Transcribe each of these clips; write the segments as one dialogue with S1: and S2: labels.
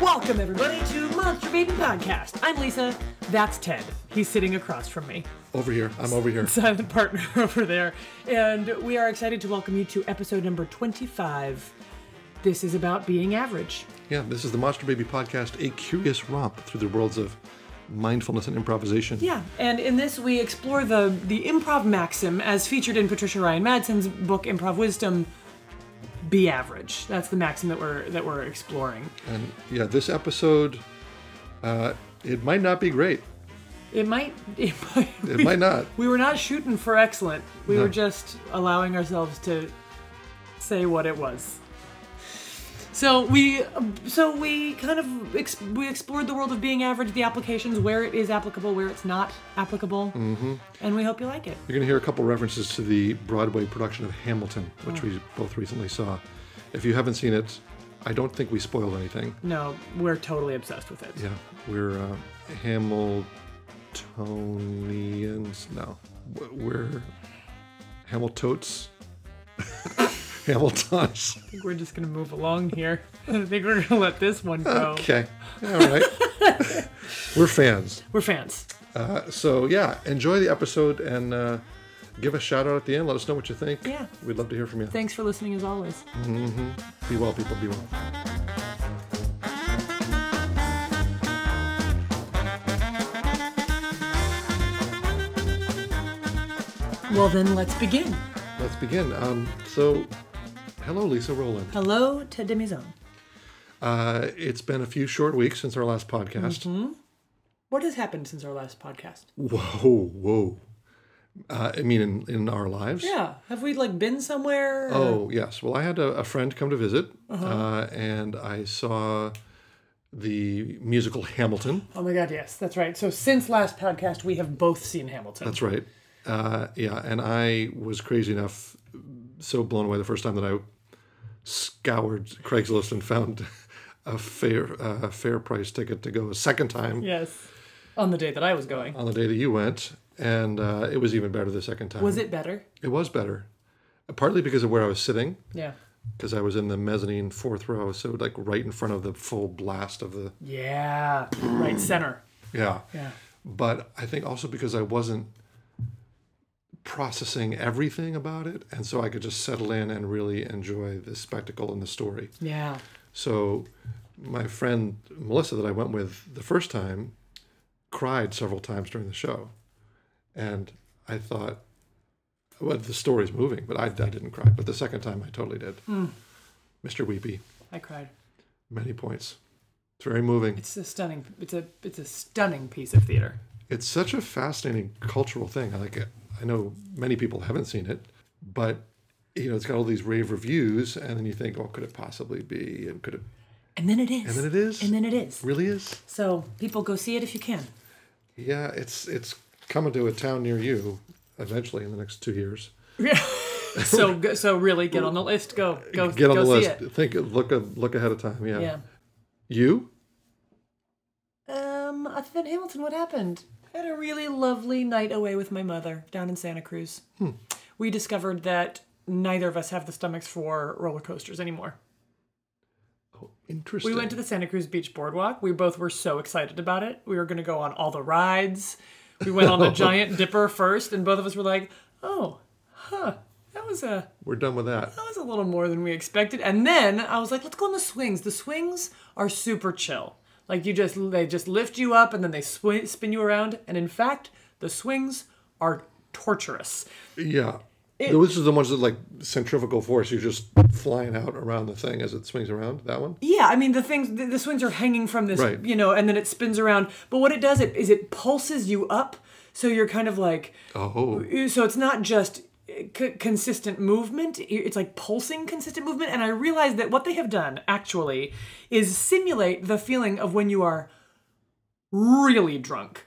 S1: Welcome, everybody, to Monster Baby Podcast. I'm Lisa. That's Ted. He's sitting across from me,
S2: Over here. I'm over here.
S1: silent partner over there. And we are excited to welcome you to episode number 25. This is about being average.
S2: Yeah, this is the Monster Baby podcast, a curious romp through the worlds of mindfulness and improvisation.
S1: Yeah, and in this we explore the the improv maxim as featured in Patricia Ryan Madsen's book Improv Wisdom. Be average. That's the maxim that we're that we're exploring.
S2: And yeah, this episode, uh, it might not be great.
S1: It might it might
S2: It might not.
S1: We were not shooting for excellent. We
S2: No.
S1: were just allowing ourselves to say what it was. So we, so we kind of ex- we explored the world of being average, the applications where it is applicable, where it's not applicable, mm-hmm. and we hope you like it.
S2: You're going to hear a couple references to the Broadway production of Hamilton, which we both recently saw. If you haven't seen it, I don't think we spoiled anything.
S1: No, we're totally obsessed with it.
S2: Yeah, we're uh, Hamiltonians. No, W- we're Hamiltotes. Hamiltons.
S1: I think we're just gonna move along here. I think we're gonna let this one go.
S2: Okay. All right. We're fans.
S1: We're fans.
S2: Uh, so, yeah, enjoy the episode and uh, give a shout out at the end. Let us know what you think.
S1: Yeah.
S2: We'd love to hear from you.
S1: Thanks for listening, as always.
S2: Be well, people. Be well.
S1: Well, then let's begin.
S2: Let's begin. Um, so, hello, Lisa Rowland.
S1: Hello, Ted Demizon.
S2: Uh, it's been a few short weeks since our last podcast.
S1: Mm-hmm. What has happened since our last podcast?
S2: Whoa, whoa. Uh, I mean, in, in our lives?
S1: Yeah. Have we like been somewhere? or-
S2: Oh, yes. Well, I had a, a friend come to visit,
S1: Uh-huh.
S2: uh, and I saw the musical Hamilton.
S1: Oh my god, yes, that's right. So since last podcast we have both seen Hamilton.
S2: That's right. Uh, yeah, and I was crazy enough, so blown away the first time that I scoured Craigslist and found a fair uh, fair price ticket to go a second time
S1: yes. Uh, On the day that I was going.
S2: on the day that you went, and uh, it was even better the second time.
S1: Was it better?
S2: It was better, partly because of where I was sitting,
S1: Yeah.
S2: because I was in the mezzanine fourth row, so like right in front of the full blast of the
S1: Yeah. right center.
S2: yeah.
S1: Yeah.
S2: but I think also because I wasn't processing everything about it, and so I could just settle in and really enjoy the spectacle and the story.
S1: Yeah.
S2: So, my friend Melissa that I went with the first time cried several times during the show, and I thought, well, the story's moving, but I, I didn't cry. But the second time, I totally did. Mr. Weepy,
S1: I cried.
S2: many points. It's very moving.
S1: It's a stunning it's a it's a stunning piece of theater.
S2: it's such a fascinating cultural thing. I like it. I know many people haven't seen it, but you know, it's got all these rave reviews, and then you think, oh, could it possibly be? And could it
S1: And then it is.
S2: And then it is.
S1: And then it is.
S2: really is?
S1: So people go see it if you can.
S2: Yeah, it's it's coming to a town near you eventually in the next two years.
S1: Yeah. so go- so really get on the list. Go go
S2: Get on
S1: go
S2: the
S1: see
S2: list.
S1: it.
S2: Think, look, look ahead of time. Yeah.
S1: Yeah.
S2: You?
S1: Um, other than Hamilton, what happened? I had a really lovely night away with my mother down in Santa Cruz. We discovered that neither of us have the stomachs for roller coasters anymore.
S2: Oh, interesting.
S1: We went to the Santa Cruz Beach Boardwalk. We both were so excited about it. We were going to go on all the rides. We went on the Giant Dipper first, and both of us were like, "Oh, huh, that was a
S2: We're done with that.
S1: that was a little more than we expected. And then I was like, let's go on the swings. The swings are super chill. Like you just they just lift you up and then they sw- spin you around. And in fact, the swings are torturous.
S2: Yeah. this is the ones that like centrifugal force. You're just flying out around the thing as it swings around. That one.
S1: Yeah, I mean the things the, the swings are hanging from this,
S2: Right.
S1: you know, and then it spins around. But what it does it is it pulses you up, so you're kind of like
S2: Oh.
S1: so it's not just eh, c- consistent movement it's like pulsing consistent movement and i realized that what they have done actually is simulate the feeling of when you are really drunk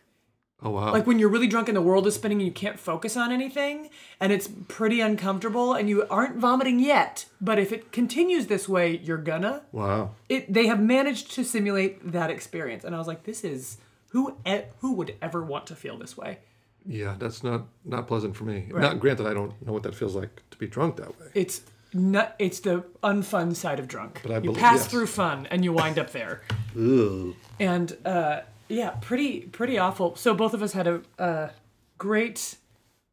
S2: Oh wow.
S1: like when you're really drunk and the world is spinning and you can't focus on anything and it's pretty uncomfortable and you aren't vomiting yet but if it continues this way you're gonna
S2: wow.
S1: it they have managed to simulate that experience and i was like this is who e- who would ever want to feel this way
S2: Yeah, that's not not pleasant for me. Not granted, I don't know what that feels like to be drunk that way.
S1: It's not. It's the unfun side of drunk.
S2: I
S1: you
S2: believe-
S1: pass
S2: yes.
S1: through fun and you wind up there.
S2: Ooh.
S1: and uh, yeah, pretty pretty awful. So both of us had a, a great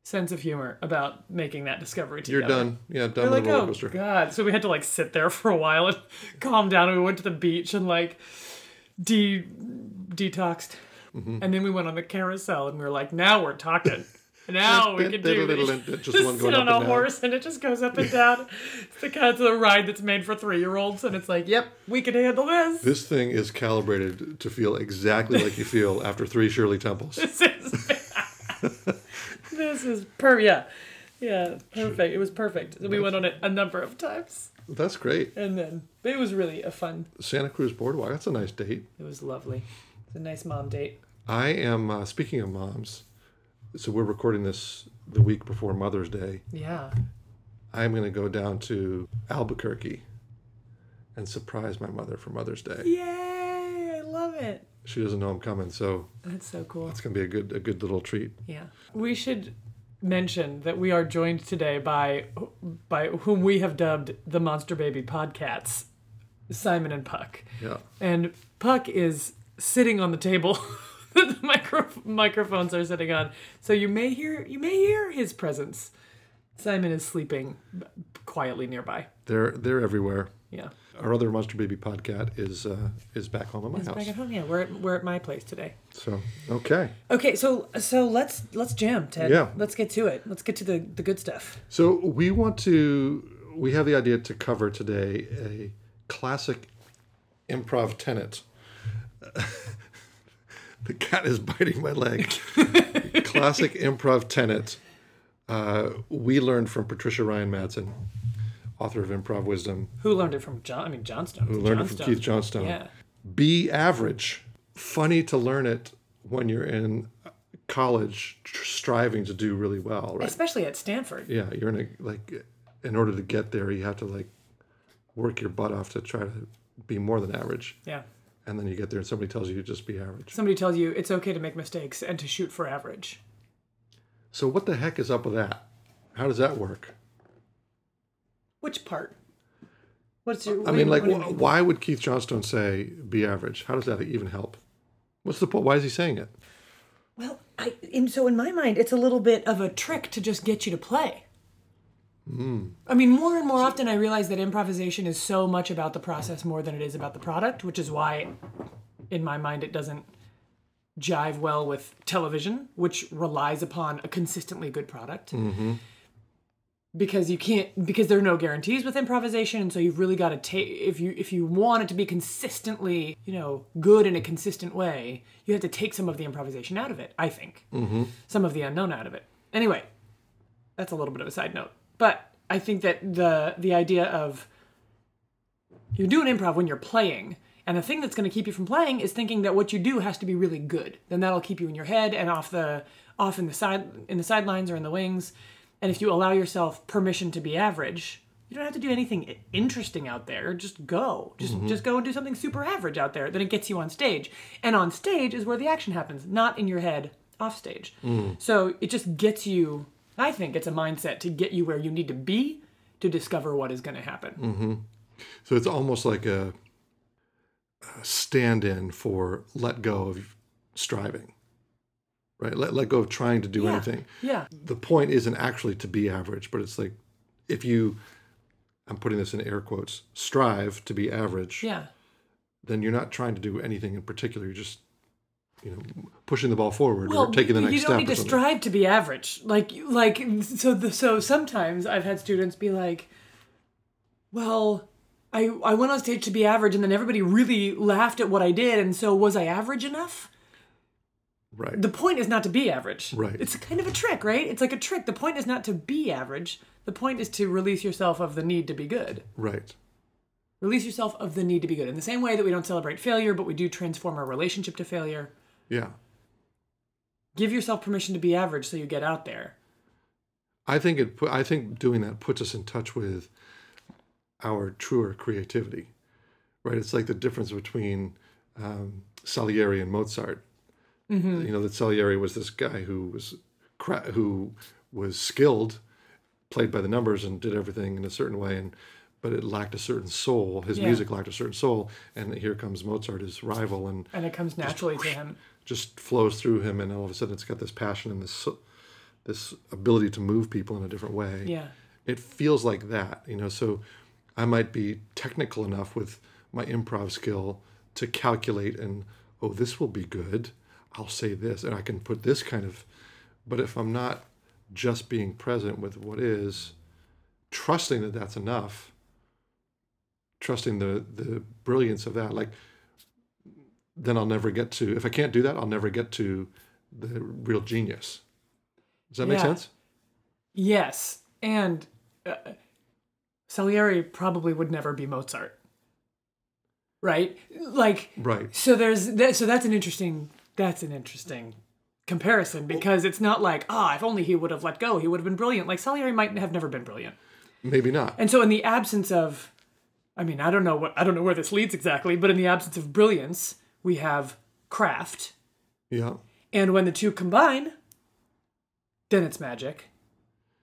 S1: sense of humor about making that discovery together.
S2: You're done. Yeah, done
S1: We're
S2: with
S1: like,
S2: the roller
S1: oh
S2: coaster.
S1: god! So we had to like sit there for a while and calm down. And we went to the beach and like de detoxed,
S2: Mm-hmm.
S1: and then we went on the carousel and we were like, now we're talking. Now we can do this.
S2: Just one
S1: sit
S2: going up
S1: on
S2: and
S1: a
S2: down.
S1: horse and it just goes up and down. It's the kind of ride that's made for three year olds, and it's like, yep, we can handle this.
S2: This thing is calibrated to feel exactly like you feel after three Shirley Temples.
S1: this is this is per yeah yeah perfect it was perfect we went on it a number of times
S2: That's great.
S1: and then it was really a fun
S2: Santa Cruz Boardwalk. That's a nice date.
S1: it was lovely it's a nice mom date
S2: I am uh, speaking of moms. So we're recording this the week before Mother's Day.
S1: yeah
S2: I'm going to go down to Albuquerque and surprise my mother for Mother's Day.
S1: yay i love it
S2: She doesn't know I'm coming, so
S1: that's so cool
S2: it's going to be a good a good little treat.
S1: yeah we should mention that we are joined today by by whom we have dubbed the monster baby podcats simon and puck
S2: Yeah.
S1: and Puck is sitting on the table that the micro- microphones are sitting on. So you may hear you may hear his presence. Simon is sleeping quietly nearby.
S2: They're they're everywhere.
S1: Yeah.
S2: Our other Monster Baby podcast is uh, is back home at my house.
S1: Back at home, yeah. We're at, we're at my place today.
S2: So okay.
S1: Okay, so so let's let's jam, Ted.
S2: Yeah.
S1: Let's get to it. Let's get to the the good stuff.
S2: So we want to we have the idea to cover today a classic improv tenet. the cat is biting my leg. classic improv tenet. Uh, we learned from Patricia Ryan Madsen, author of Improv Wisdom,
S1: Who learned it from John? I mean Johnstone.
S2: who learned it from Keith Johnstone.
S1: Yeah.
S2: Be average. Funny to learn it when you're in college, tr- striving to do really well, right?
S1: Especially at Stanford.
S2: yeah you're in a like in order to get there you have to like work your butt off to try to be more than average
S1: Yeah.
S2: and then you get there and somebody tells you to just be average
S1: Somebody tells you it's okay to make mistakes and to shoot for average.
S2: so what the heck is up with that how does that work
S1: Which part? What's your?
S2: i
S1: what do
S2: mean
S1: you-
S2: like
S1: what do you
S2: wh- why would keith johnstone say be average how does that even help what's the point why is he saying it
S1: Well, I in, so in my mind, it's a little bit of a trick to just get you to play. I mean, more and more often, I realize that improvisation is so much about the process more than it is about the product, which is why, in my mind, it doesn't jive well with television, which relies upon a consistently good product. Because you can't, because there are no guarantees with improvisation, and so you've really got to take if you if you want it to be consistently, you know, good in a consistent way, you have to take some of the improvisation out of it. I think some of the unknown out of it. Anyway, that's a little bit of a side note, but I think that the the idea of you're doing improv when you're playing, and the thing that's going to keep you from playing is thinking that what you do has to be really good. Then that'll keep you in your head and off the off in the side in the sidelines or in the wings. And if you allow yourself permission to be average, you don't have to do anything i- interesting out there. Just go. Just just go and do something super average out there. Then it gets you on stage. And on stage is where the action happens, not in your head off stage. So it just gets you I think it's a mindset to get you where you need to be to discover what is going to happen.
S2: so it's almost like a, a stand-in for let go of striving right let, let go of trying to do
S1: Yeah.
S2: anything
S1: Yeah.
S2: the point isn't actually to be average, but it's like if you, I'm putting this in air quotes, strive to be average,
S1: Yeah.
S2: then you're not trying to do anything in particular. You're just, you know, pushing the ball forward or taking the
S1: you-
S2: next
S1: you
S2: step.
S1: don't need
S2: or
S1: to
S2: something.
S1: strive to be average. Like, you- like so. The, so sometimes I've had students be like, "Well, I I went on stage to be average, and then everybody really laughed at what I did, and so was I average enough?"
S2: right.
S1: The point is not to be average.
S2: Right.
S1: It's kind of a trick, right? It's like a trick. The point is not to be average. The point is to release yourself of the need to be good.
S2: right.
S1: Release yourself of the need to be good. In the same way that we don't celebrate failure, but we do transform our relationship to failure.
S2: Yeah.
S1: Give yourself permission to be average so you get out there.
S2: I think it. pu- I think doing that puts us in touch with our truer creativity, right? It's like the difference between um, Salieri and Mozart. You know that Salieri was this guy who was cra- who was skilled, played by the numbers, and did everything in a certain way, and but it lacked a certain soul. His
S1: Yeah.
S2: music lacked a certain soul, and here comes Mozart, his rival, and
S1: and it comes naturally to him.
S2: just flows through him, and all of a sudden it's got this passion and this this ability to move people in a different way.
S1: Yeah.
S2: It feels like that, you know. So I might be technical enough with my improv skill to calculate and oh, this will be good. I'll say this, and I can put this kind of. But if I'm not just being present with what is, trusting that that's enough, trusting the the brilliance of that, like then I'll never get to. If I can't do that, I'll never get to the real genius. Does that make
S1: Yeah.
S2: sense?
S1: Yes, and uh, Salieri probably would never be Mozart, right? Like,
S2: Right.
S1: so there's that. So that's an interesting. That's an interesting comparison because it's not like ah, if only he would have let go, he would have been brilliant. Like Salieri might have never been brilliant,
S2: Maybe not.
S1: and so in the absence of, I mean, I don't know what I don't know where this leads exactly, but in the absence of brilliance, we have craft,
S2: yeah.
S1: and when the two combine, then it's magic.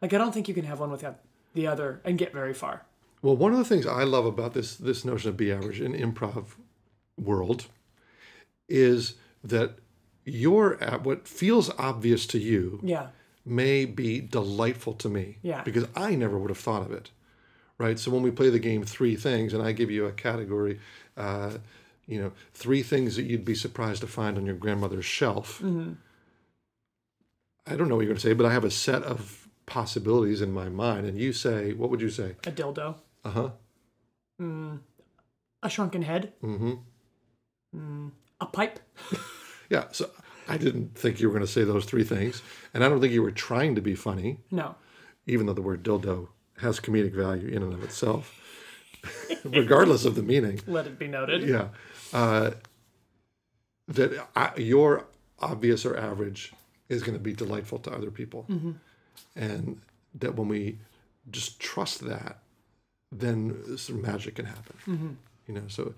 S1: Like I don't think you can have one without the other and get very far.
S2: Well, one of the things I love about this this notion of B average in improv world is that your at what feels obvious to you
S1: Yeah.
S2: may be delightful to me
S1: Yeah.
S2: because I never would have thought of it. Right. So when we play the game three things and I give you a category, uh, you know, three things that you'd be surprised to find on your grandmother's shelf. I don't know what you're going to say, but I have a set of possibilities in my mind. And you say, what would you say?
S1: A dildo.
S2: Uh huh.
S1: A shrunken head. Mm-hmm. a pipe.
S2: Yeah. So I didn't think you were going to say those three things. And I don't think you were trying to be funny.
S1: No.
S2: even though the word dildo has comedic value in and of itself, regardless of the meaning.
S1: Let it be noted.
S2: Yeah. Uh, that I, your obvious or average is going to be delightful to other people. And that when we just trust that, then some magic can happen. You know, so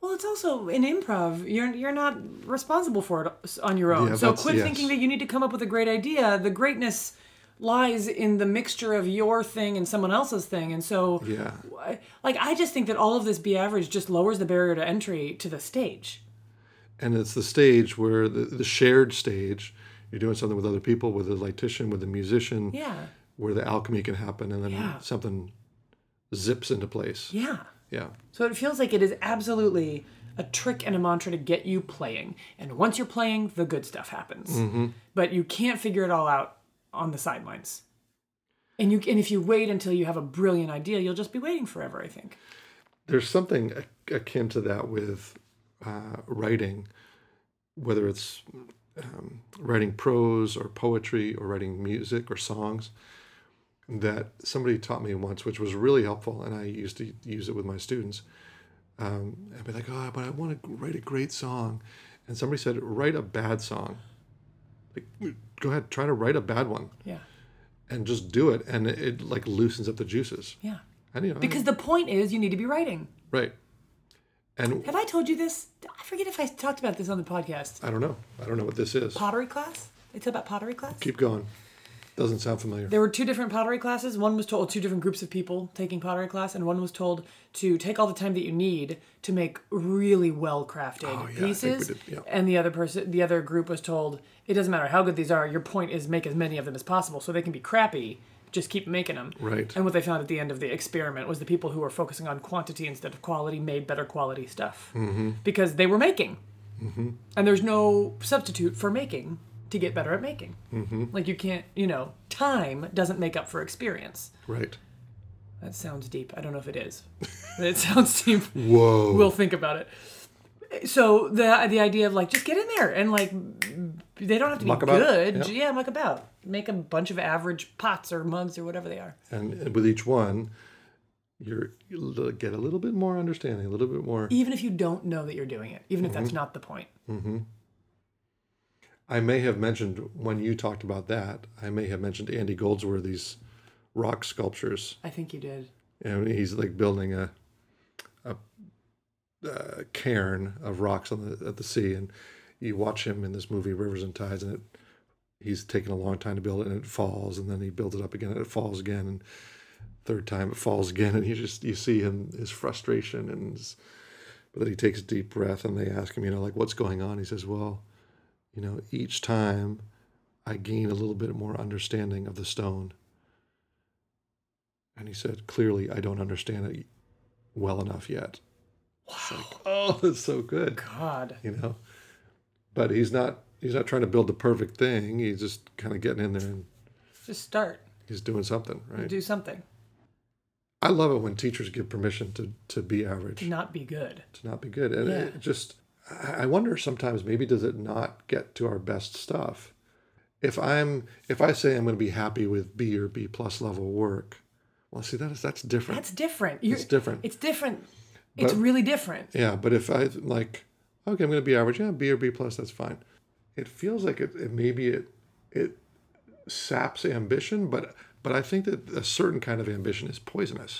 S1: Well, it's also in improv. You're you're not responsible for it on your own.
S2: Yeah,
S1: so
S2: that's-
S1: quit
S2: yes.
S1: thinking that you need to come up with a great idea. The greatness lies in the mixture of your thing and someone else's thing. And so
S2: yeah.
S1: I- like I just think that all of this be average just lowers the barrier to entry to the stage.
S2: and it's the stage where the, the shared stage you're doing something with other people with a lightician with a musician
S1: Yeah.
S2: where the alchemy can happen and then
S1: Yeah.
S2: something zips into place
S1: Yeah.
S2: yeah
S1: So it feels like it is absolutely a trick and a mantra to get you playing. And once you're playing, the good stuff happens. But you can't figure it all out on the sidelines. And you and if you wait until you have a brilliant idea, you'll just be waiting forever, I think.
S2: there's something a- akin to that with uh, writing whether it's um, writing prose or poetry or writing music or songs that somebody taught me once which was really helpful and i used to use it with my students um, i'd be like oh but i want to write a great song and somebody said write a bad song like go ahead try to write a bad one
S1: Yeah.
S2: and just do it and it, it like loosens up the juices
S1: Yeah.
S2: and you know
S1: Because the point is you need to be writing.
S2: right and
S1: Have I told you this? I forget if I talked about this on the podcast.
S2: I don't know. I don't know what this is.
S1: Pottery class? It's about pottery class?
S2: Keep going. Doesn't sound familiar.
S1: There were two different pottery classes. One was told two different groups of people taking pottery class, and one was told to take all the time that you need to make really well crafted
S2: Oh, yeah, I think we
S1: pieces.
S2: did- yeah.
S1: And the other person, the other group was told it doesn't matter how good these are. Your point is make as many of them as possible, so they can be crappy. Just keep making them.
S2: Right.
S1: And what they found at the end of the experiment was the people who were focusing on quantity instead of quality made better quality stuff
S2: Mm-hmm.
S1: because they were making. And there's no substitute for making to get better at making.
S2: Mm-hmm.
S1: Like you can't, you know, time doesn't make up for experience.
S2: Right.
S1: That sounds deep. I don't know if it is, but it sounds deep.
S2: Whoa.
S1: We'll think about it. So the the idea of like just get in there and like they don't have to
S2: Muck
S1: be
S2: about.
S1: good.
S2: Yeah.
S1: Yeah, muck about. Make a bunch of average pots or mugs or whatever they are.
S2: and with each one, you're, you'll get a little bit more understanding, a little bit more.
S1: Even if you don't know that you're doing it, even if
S2: Mm-hmm.
S1: that's not the point.
S2: I may have mentioned when you talked about that, I may have mentioned Andy Goldsworthy's rock sculptures.
S1: I think you did.
S2: And he's like building a, a, uh cairn of rocks on the, at the sea. And you watch him in this movie, Rivers and Tides, and it, he's taken a long time to build it and it falls. And then he builds it up again and it falls again. And third time it falls again and you just you see him his frustration and his, but then he takes a deep breath and they ask him you know like what's going on he says well you know each time i gain a little bit more understanding of the stone and he said clearly i don't understand it well enough yet It's like, oh that's so good
S1: God.
S2: you know but he's not he's not trying to build the perfect thing he's just kind of getting in there and
S1: Just start.
S2: he's doing something right
S1: Do something.
S2: i love it when teachers give permission to to be average
S1: Not be good.
S2: to not be good and it just i I wonder sometimes maybe does it not get to our best stuff if i'm if i say i'm going to be happy with b or b plus level work well see that is that's different
S1: That's different. You're,
S2: it's different
S1: It's different. It's
S2: But-
S1: really different.
S2: Yeah, but if I like, okay, I'm going to be average. Yeah, B or B plus, that's fine. It feels like it, it maybe it it saps ambition, but but I think that a certain kind of ambition is poisonous.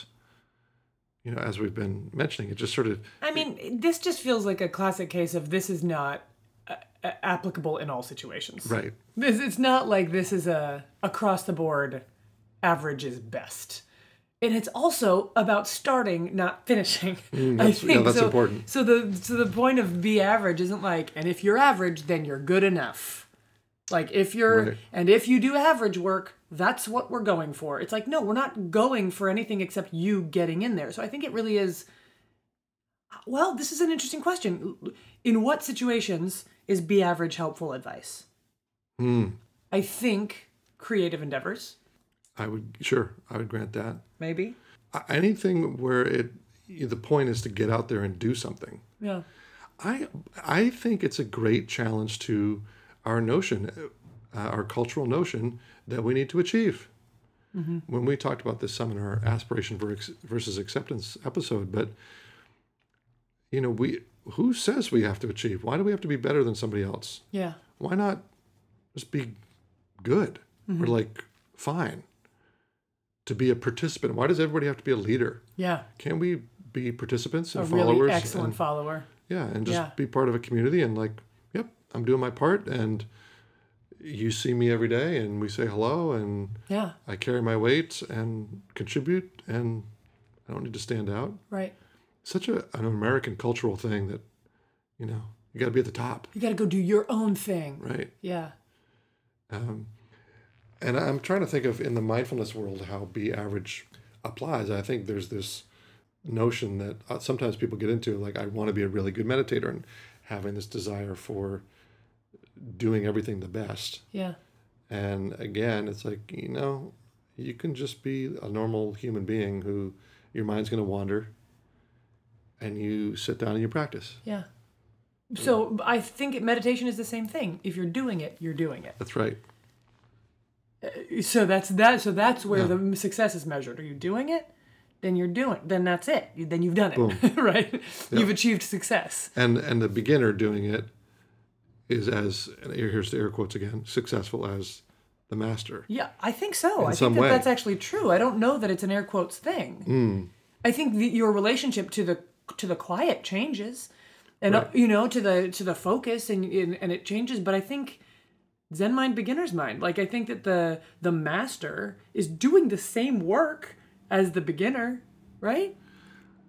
S2: You know, as we've been mentioning, it just sort of
S1: I mean, this just feels like a classic case of this is not uh, uh, applicable in all situations.
S2: right.
S1: This it's not like this is a across the board average is best. And it's also about starting, not finishing. I
S2: Mm, that's- yeah, that's
S1: so,
S2: important.
S1: So the so the point of be average isn't like, and if you're average, then you're good enough. Like if you're
S2: Right.
S1: and if you do average work, that's what we're going for. It's like, no, we're not going for anything except you getting in there. So I think it really is well, this is an interesting question. In what situations is be average helpful advice?
S2: Hmm.
S1: I think creative endeavors,
S2: I would sure I would grant that.
S1: maybe.
S2: A- Anything where it the point is to get out there and do something.
S1: Yeah.
S2: I I think it's a great challenge to our notion, uh, our cultural notion that we need to achieve.
S1: Mm-hmm.
S2: When we talked about this some in our aspiration ver- versus acceptance episode, but you know, we who says we have to achieve? Why do we have to be better than somebody else?
S1: Yeah.
S2: Why not just be good
S1: Mm-hmm.
S2: or like fine? To be a participant, why does everybody have to be a leader?
S1: Yeah.
S2: Can we be participants and
S1: A
S2: followers?
S1: really excellent
S2: and-
S1: follower.
S2: yeah, and just
S1: Yeah.
S2: be part of a community and like, yep, I'm doing my part and you see me every day and we say hello and
S1: Yeah.
S2: I carry my weight and contribute and I don't need to stand out.
S1: Right.
S2: Such a, an American cultural thing that, you know, you got to be at the top,
S1: You got to go do your own thing.
S2: right?
S1: Yeah.
S2: Um, and I'm trying to think of in the mindfulness world how be average applies. I think there's this notion that uh, sometimes people get into like I want to be a really good meditator and having this desire for doing everything the best.
S1: Yeah.
S2: And again, it's like you know, you can just be a normal human being who your mind's going to wander, and you sit down and you practice.
S1: Yeah. So I think meditation is the same thing. If you're doing it, you're doing it.
S2: That's right.
S1: So that's that. So that's where
S2: Yeah.
S1: the success is measured. Are you doing it? Then you're doing. Then that's it. You- Then you've done it. right. You've achieved success.
S2: and and the beginner doing it is as and here- here's the air quotes again successful as the master
S1: Yeah, I think so. I
S2: some
S1: think that
S2: way. Hmm.
S1: that's actually true. I don't know that it's an air quotes thing. I think that your relationship to the to the quiet changes, and uh,
S2: Right.
S1: you know to the to the focus and, and and it changes. But I think Zen mind, beginner's mind. Like I think that the the master is doing the same work as the beginner, right?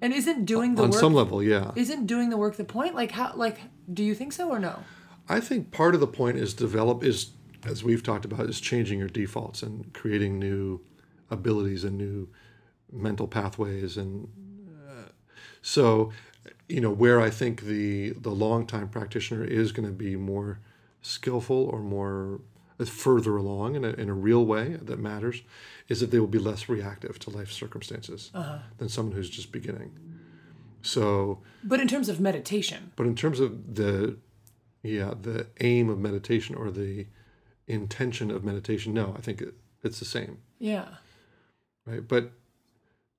S1: And isn't doing the
S2: on
S1: work
S2: some level yeah
S1: isn't doing the work the point? Like how like do you think so or no?
S2: i think part of the point is develop is as we've talked about is changing your defaults and creating new abilities and new mental pathways and uh, so you know where i think the the long time practitioner is going to be more skillful or more uh, further along in a, in a real way that matters is that they will be less reactive to life circumstances than someone who's just beginning so
S1: But in terms of meditation,
S2: but in terms of the yeah, the aim of meditation or the intention of meditation, no, I think it, it's the same,
S1: yeah,
S2: right? But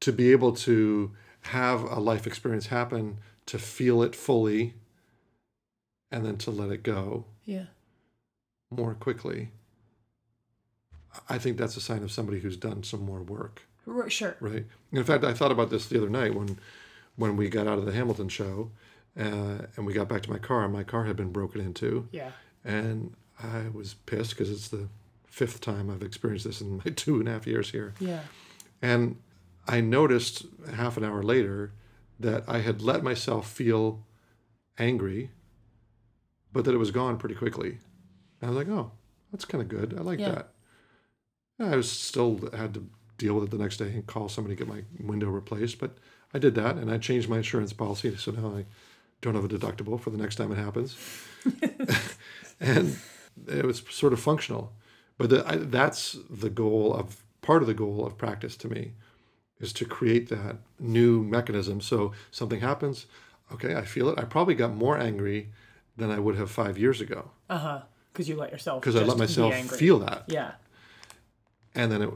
S2: to be able to have a life experience happen, to feel it fully and then to let it go
S1: yeah,
S2: more quickly. I think that's a sign of somebody who's done some more work.
S1: R- sure,
S2: Right. In fact, I thought about this the other night when when we got out of the Hamilton show uh, and we got back to my car. and My car had been broken into,
S1: yeah,
S2: and I was pissed because it's the fifth time I've experienced this in my two and a half years here.
S1: yeah,
S2: And I noticed half an hour later that I had let myself feel angry, but that it was gone pretty quickly. And I was like, oh, that's kind of good. I like
S1: Yeah.
S2: that. And I was still had to deal with it the next day and call somebody to get my window replaced, but I did that and I changed my insurance policy. So now I don't have a deductible for the next time it happens. and it was sort of functional. But the, I, that's the goal of part of the goal of practice to me is to create that new mechanism. So something happens, okay, I feel it. I probably got more angry than I would have five years ago
S1: Uh huh. Because you let yourself.
S2: because I let
S1: just be
S2: myself
S1: angry.
S2: feel that.
S1: Yeah.
S2: And then it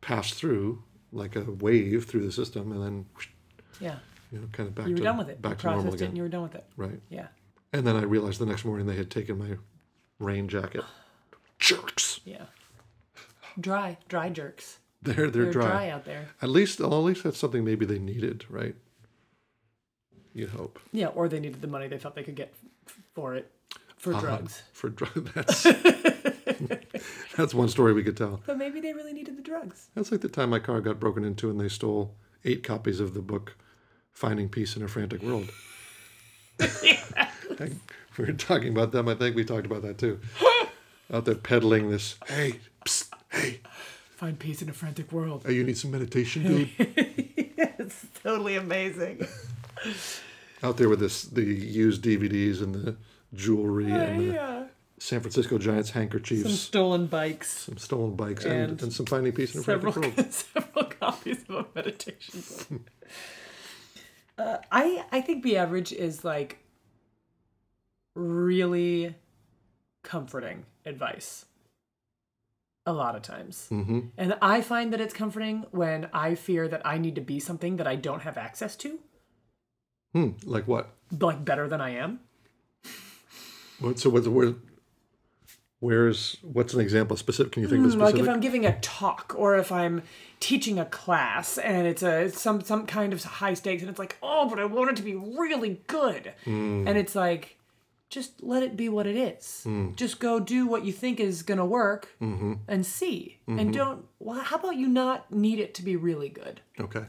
S2: passed through like a wave through the system and then
S1: Yeah.
S2: you know, kind of back
S1: You were
S2: to
S1: done with it.
S2: back
S1: you
S2: to normal
S1: processed it
S2: again.
S1: and you were done with it.
S2: right.
S1: Yeah.
S2: And then I realized the next morning they had taken my rain jacket. Jerks.
S1: Yeah. Dry, dry jerks.
S2: They're they're,
S1: They're
S2: dry.
S1: dry. out there.
S2: At least well, at least that's something maybe they needed, right? You'd hope.
S1: Yeah, or they needed the money they thought they could get f- for it for
S2: Uh-huh.
S1: drugs.
S2: For drugs. That's that's one story we could tell.
S1: But maybe they really needed the drugs.
S2: That's like the time my car got broken into and they stole eight copies of the book Finding Peace in a Frantic World. I- we were talking about them. I think we talked about that too. Out there peddling this, hey, psst, hey,
S1: Find peace in a frantic world.
S2: oh, you need some meditation, dude?
S1: It's totally amazing.
S2: Out there with this, the used DVDs and the jewelry and the
S1: Oh, yeah.
S2: San Francisco Giants
S1: Some
S2: handkerchiefs,
S1: stolen bikes.
S2: some stolen bikes, and, and,
S1: And
S2: some Finding Peace in a
S1: Several,
S2: Frantic World.
S1: several copies of a meditation book. uh, I, I think Be Average is like really comforting advice a lot of times.
S2: Mm-hmm.
S1: And I find that it's comforting when I fear that I need to be something that I don't have access to,
S2: Hmm, like what?
S1: like better than I am.
S2: What- So what's where? Where's what's an example specific? Can you think of a
S1: Mm, Like
S2: specific?
S1: if I'm giving a talk or if I'm teaching a class and it's a it's some some kind of high stakes and it's like, "Oh, but I want it to be really good." And it's like just let it be what it is. Just go do what you think is going to work and see. And don't well, how about you not need it to be really good?
S2: okay.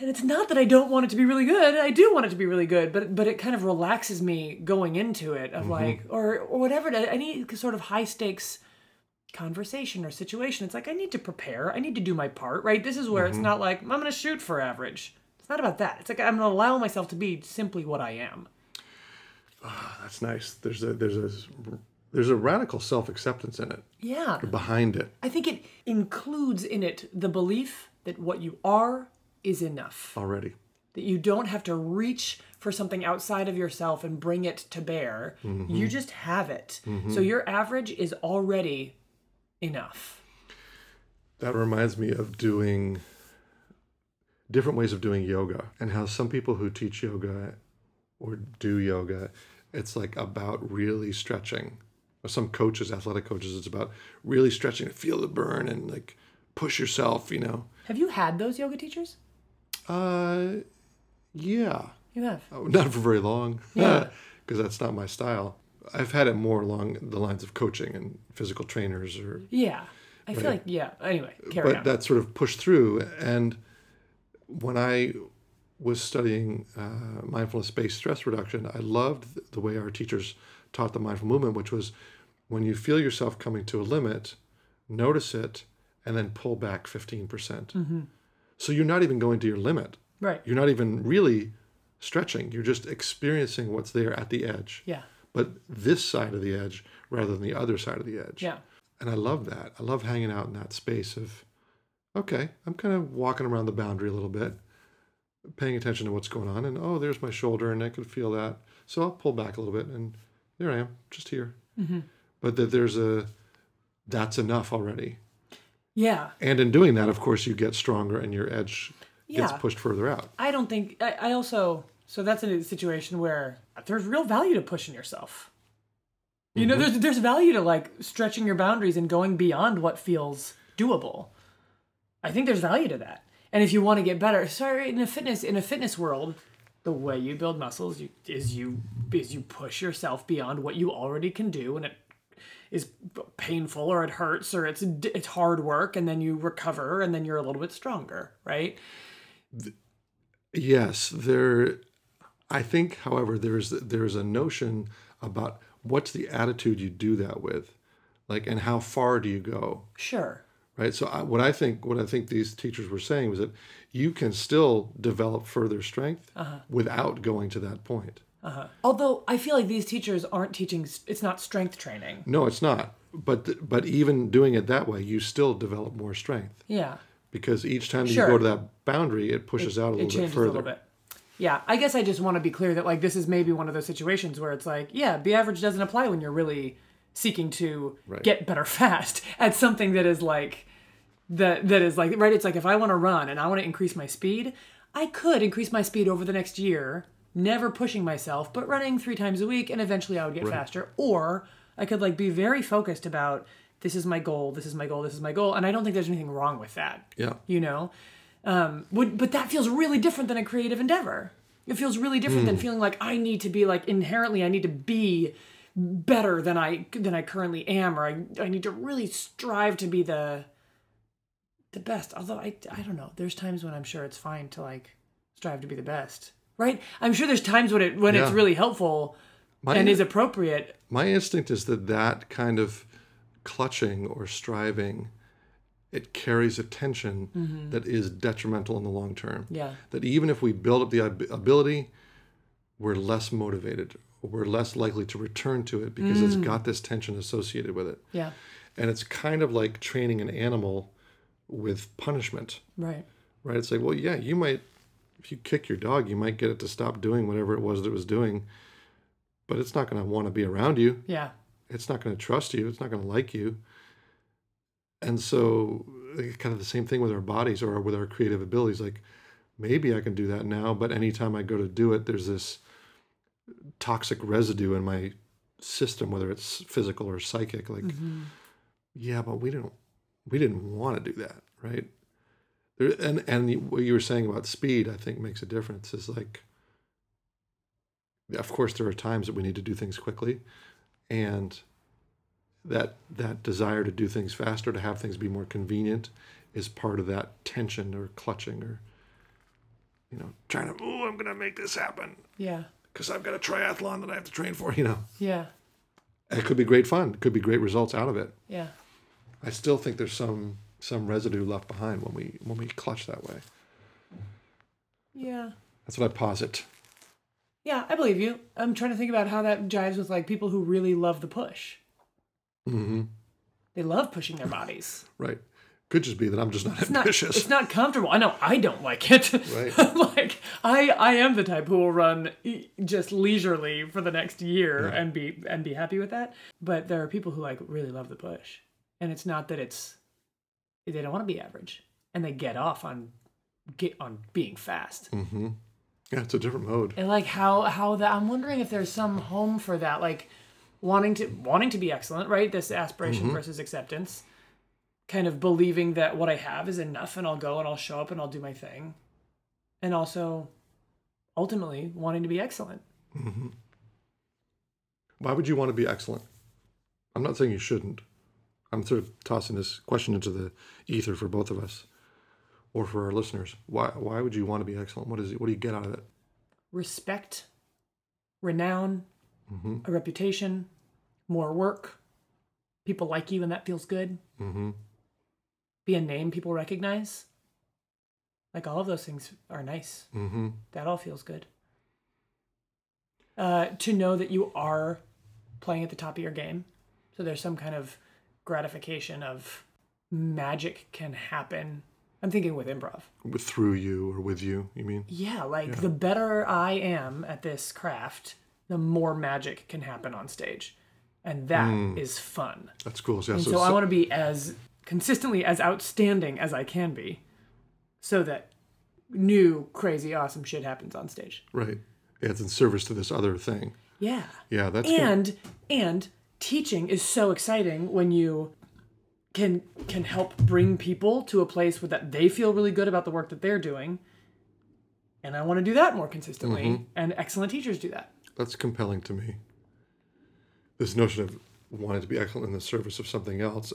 S1: and it's not that I don't want it to be really good. I do want it to be really good, but but it kind of relaxes me going into it of like or or whatever it- any sort of high stakes conversation or situation. It's like I need to prepare. I need to do my part, right? This is where it's not like I'm going to shoot for average. It's not about that. It's like I'm going to allow myself to be simply what I am.
S2: That's nice. There's a there's a there's a radical self acceptance in it
S1: Yeah.
S2: behind it.
S1: I think it includes in it the belief that what you are is enough.
S2: already.
S1: that you don't have to reach for something outside of yourself and bring it to bear.
S2: Mm-hmm.
S1: You just have it. So your average is already enough.
S2: That reminds me of doing different ways of doing yoga and how some people who teach yoga or do yoga, it's like about really stretching. Or some coaches, athletic coaches, it's about really stretching to feel the burn and like push yourself, you know.
S1: Have you had those yoga teachers?
S2: Uh yeah.
S1: You have.
S2: Oh, not for very long
S1: Yeah.
S2: because that's not my style i've had it more along the lines of coaching and physical trainers or
S1: Yeah. I feel like, yeah. Anyway, carry
S2: but
S1: on.
S2: that sort of pushed through and when i was studying uh, mindfulness-based stress reduction i loved the way our teachers taught the mindful movement which was when you feel yourself coming to a limit notice it and then pull back 15% percent so you're not even going to your limit
S1: right.
S2: you're not even really stretching you're just experiencing what's there at the edge
S1: Yeah.
S2: but this side of the edge rather than the other side of the edge
S1: Yeah.
S2: and i love that i love hanging out in that space of okay i'm kind of walking around the boundary a little bit paying attention to what's going on and oh there's my shoulder and i can feel that so i'll pull back a little bit and there i am just here
S1: Mm-hmm.
S2: but that there's a that's enough already
S1: Yeah.
S2: and in doing that of course you get stronger and your edge gets
S1: Yeah.
S2: pushed further out
S1: I don't think, I, I also, so that's a situation where there's real value to pushing yourself. You know, there's there's value to like stretching your boundaries and going beyond what feels doable. I think there's value to that. And if you want to get better, sorry, in a fitness in a fitness world, the way you build muscles you, is you is you push yourself beyond what you already can do, and it is painful or it hurts or it's it's hard work and then you recover and then you're a little bit stronger, right?
S2: Yes, there. I think, however, there's there's a notion about what's the attitude you do that with, like, and how far do you go,
S1: Sure.
S2: right? So I, what I think what I think these teachers were saying was that you can still develop further strength
S1: Uh-huh.
S2: without going to that point.
S1: Although I feel like these teachers aren't teaching s- it's not strength training.
S2: No, it's not. But th- but even doing it that way, you still develop more strength
S1: Yeah.
S2: because each time
S1: Sure.
S2: you go to that boundary, it pushes out a
S1: It
S2: little bit
S1: changes a
S2: further.
S1: little bit. Yeah, I guess I just want to be clear that like this is maybe one of those situations where it's like, yeah, be average doesn't apply when you're really seeking to
S2: Right.
S1: get better fast at something that is like that that is like right. It's like if I want to run and I want to increase my speed, I could increase my speed over the next year, never pushing myself, but running three times a week, and eventually I would get faster. Or I could like be very focused about this is my goal, this is my goal, this is my goal, and I don't think there's anything wrong with that
S2: Yeah.
S1: you know um, would, but that feels really different than a creative endeavor it feels really different than feeling like i need to be like inherently i need to be better than i than i currently am or i, I need to really strive to be the the best although I, I don't know there's times when i'm sure it's fine to like strive to be the best right i'm sure there's times when it when it's
S2: Yeah.
S1: really helpful
S2: My,
S1: and is appropriate
S2: my instinct is that that kind of clutching or striving, it carries a tension that is detrimental in the long term.
S1: yeah
S2: That even if we build up the ab- ability, we're less motivated. We're less likely to return to it because it's got this tension associated with it.
S1: yeah
S2: And it's kind of like training an animal with punishment,
S1: right
S2: right? It's like, well, yeah, you might, if you kick your dog, you might get it to stop doing whatever it was that it was doing, but it's not going to want to be around you
S1: yeah
S2: it's not going to trust you it's not going to like you and so like, kind of the same thing with our bodies or with our creative abilities like maybe i can do that now but anytime i go to do it there's this toxic residue in my system whether it's physical or psychic like yeah but we didn't we didn't want to do that right there, and and what you were saying about speed i think makes a difference is like of course there are times that we need to do things quickly and that that desire to do things faster to have things be more convenient is part of that tension or clutching or you know trying to oh i'm gonna make this happen
S1: yeah
S2: because i've got a triathlon that i have to train for you know
S1: yeah
S2: it could be great fun it could be great results out of it
S1: yeah
S2: i still think there's some some residue left behind when we when we clutch that way
S1: yeah
S2: that's what i posit
S1: Yeah, I believe you. I'm trying to think about how that jives with like people who really love the push.
S2: mm-hmm.
S1: They love pushing their bodies.
S2: right could just be that i'm just not
S1: It's not,
S2: ambitious
S1: it's not comfortable. I know I don't like it.
S2: Right.
S1: like I, I am the type who will run e- just leisurely for the next year
S2: Yeah.
S1: and be and be happy with that. But there are people who like really love the push, and it's not that it's they don't want to be average, and they get off on get on being fast.
S2: yeah it's a different mode
S1: and like how how that i'm wondering if there's some home for that like wanting to wanting to be excellent right this aspiration versus acceptance kind of believing that what i have is enough and i'll go and i'll show up and i'll do my thing and also ultimately wanting to be excellent
S2: Why would you want to be excellent? I'm not saying you shouldn't. I'm sort of tossing this question into the ether for both of us or for our listeners. Why why would you want to be excellent? What is it? What do you get out of it?
S1: respect renown
S2: Mm-hmm,
S1: a reputation more work people like you and that feels good
S2: Mm-hmm.
S1: be a name people recognize like all of those things are nice
S2: Mm-hmm.
S1: That all feels good. Uh, to know that you are playing at the top of your game. So there's some kind of gratification of magic can happen. I'm thinking with improv.
S2: With through you or with you, you mean?
S1: Yeah, like the better I am at this craft, the more magic can happen on stage. And that is fun.
S2: That's cool. So, yeah,
S1: And
S2: so,
S1: Hmm. so I want to be as consistently as outstanding as I can be so that new, crazy, awesome shit happens on stage.
S2: right. Yeah, it's in service to this other thing.
S1: Yeah.
S2: Yeah, that's good.
S1: and and teaching is so exciting when you can can help bring people to a place where that they feel really good about the work that they're doing and i want to do that more consistently
S2: Mm-hmm.
S1: and excellent teachers do that
S2: That's compelling to me. This notion of wanting to be excellent in the service of something else.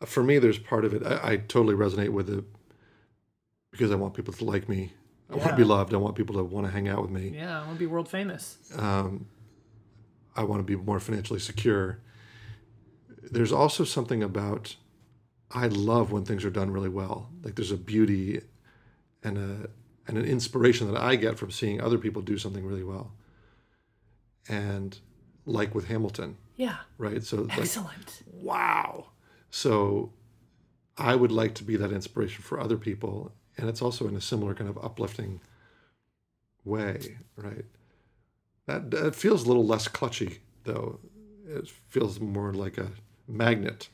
S2: uh, For me, there's part of it I, I totally resonate with it because I want people to like me. I want to be
S1: Yeah.
S2: loved. I want people to want to hang out with me.
S1: Yeah, I want to be world famous.
S2: I want to be more financially secure. There's also something about I love when things are done really well. Like there's a beauty and a and an inspiration that I get from seeing other people do something really well. And like with Hamilton,
S1: Yeah,
S2: right? So like
S1: excellent.
S2: wow. So I would like to be that inspiration for other people. And it's also in a similar kind of uplifting way, right? That, that feels a little less clutchy, though. It feels more like a magnet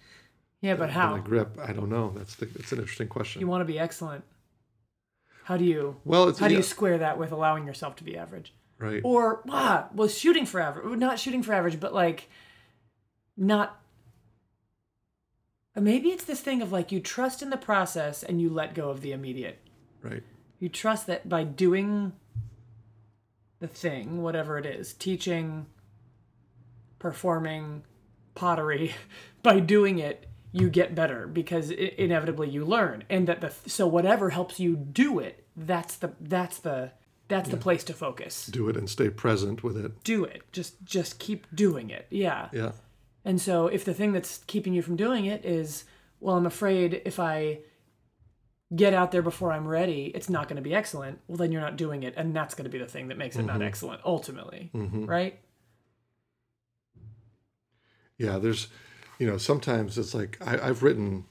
S1: Yeah, but
S2: than
S1: how?
S2: a grip. I don't know. That's the, it's an interesting question.
S1: You want to be excellent. How do you?
S2: well, it's
S1: How do you
S2: yeah,
S1: square that with allowing yourself to be average?
S2: right.
S1: Or ah, well, shooting for average, not shooting for average, but like, not. uh, Maybe it's this thing of like you trust in the process and you let go of the immediate.
S2: right.
S1: You trust that by doing the thing, whatever it is, teaching, performing, pottery, by doing it, you get better because i inevitably you learn, and that the so whatever helps you do it, that's the that's the that's the place to focus.
S2: Do it and stay present with it.
S1: Do it. Just just keep doing it. Yeah.
S2: Yeah.
S1: And so if the thing that's keeping you from doing it is, well, I'm afraid if I get out there before I'm ready, it's not going to be excellent. Well, then you're not doing it, and that's going to be the thing that makes it not
S2: Mm-hmm.
S1: excellent ultimately, right?
S2: yeah there's you know sometimes it's like I, i've written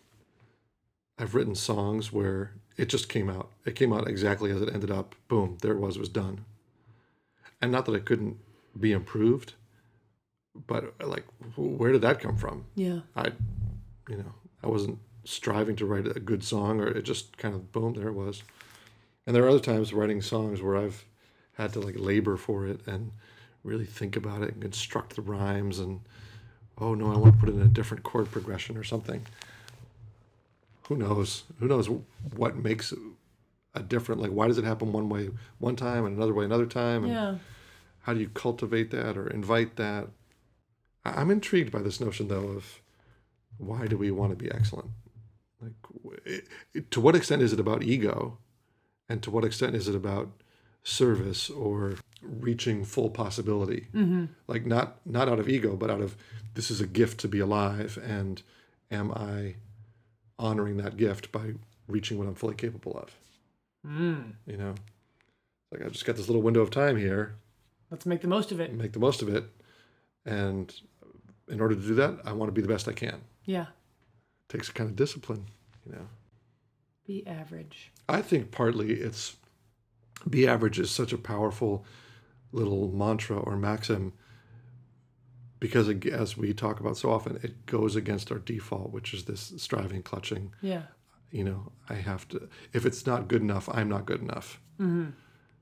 S2: i've written songs where it just came out it came out exactly as it ended up boom there it was it was done and not that it couldn't be improved but like wh- where did that come from
S1: Yeah.
S2: i you know i wasn't striving to write a good song or it just kind of boom there it was and there are other times writing songs where i've had to like labor for it and really think about it and construct the rhymes and oh no i want to put it in a different chord progression or something who knows who knows what makes a different like why does it happen one way one time and another way another time and
S1: Yeah.
S2: how do you cultivate that or invite that I- i'm intrigued by this notion though of why do we want to be excellent like w- it, it- to what extent is it about ego and to what extent is it about service or reaching full possibility like not not out of ego but out of this is a gift to be alive and am i honoring that gift by reaching what i'm fully capable of
S1: Mm.
S2: you know like i've just got this little window of time here
S1: Let's make the most of it.
S2: make the most of it. And in order to do that, I want to be the best I can.
S1: Yeah.
S2: takes a kind of discipline, you know.
S1: Be average.
S2: I think partly it's be average is such a powerful little mantra or maxim because ag- as we talk about so often, it goes against our default, which is this striving, clutching,
S1: Yeah.
S2: you know, I have to, if it's not good enough, I'm not good enough.
S1: Mm-hmm.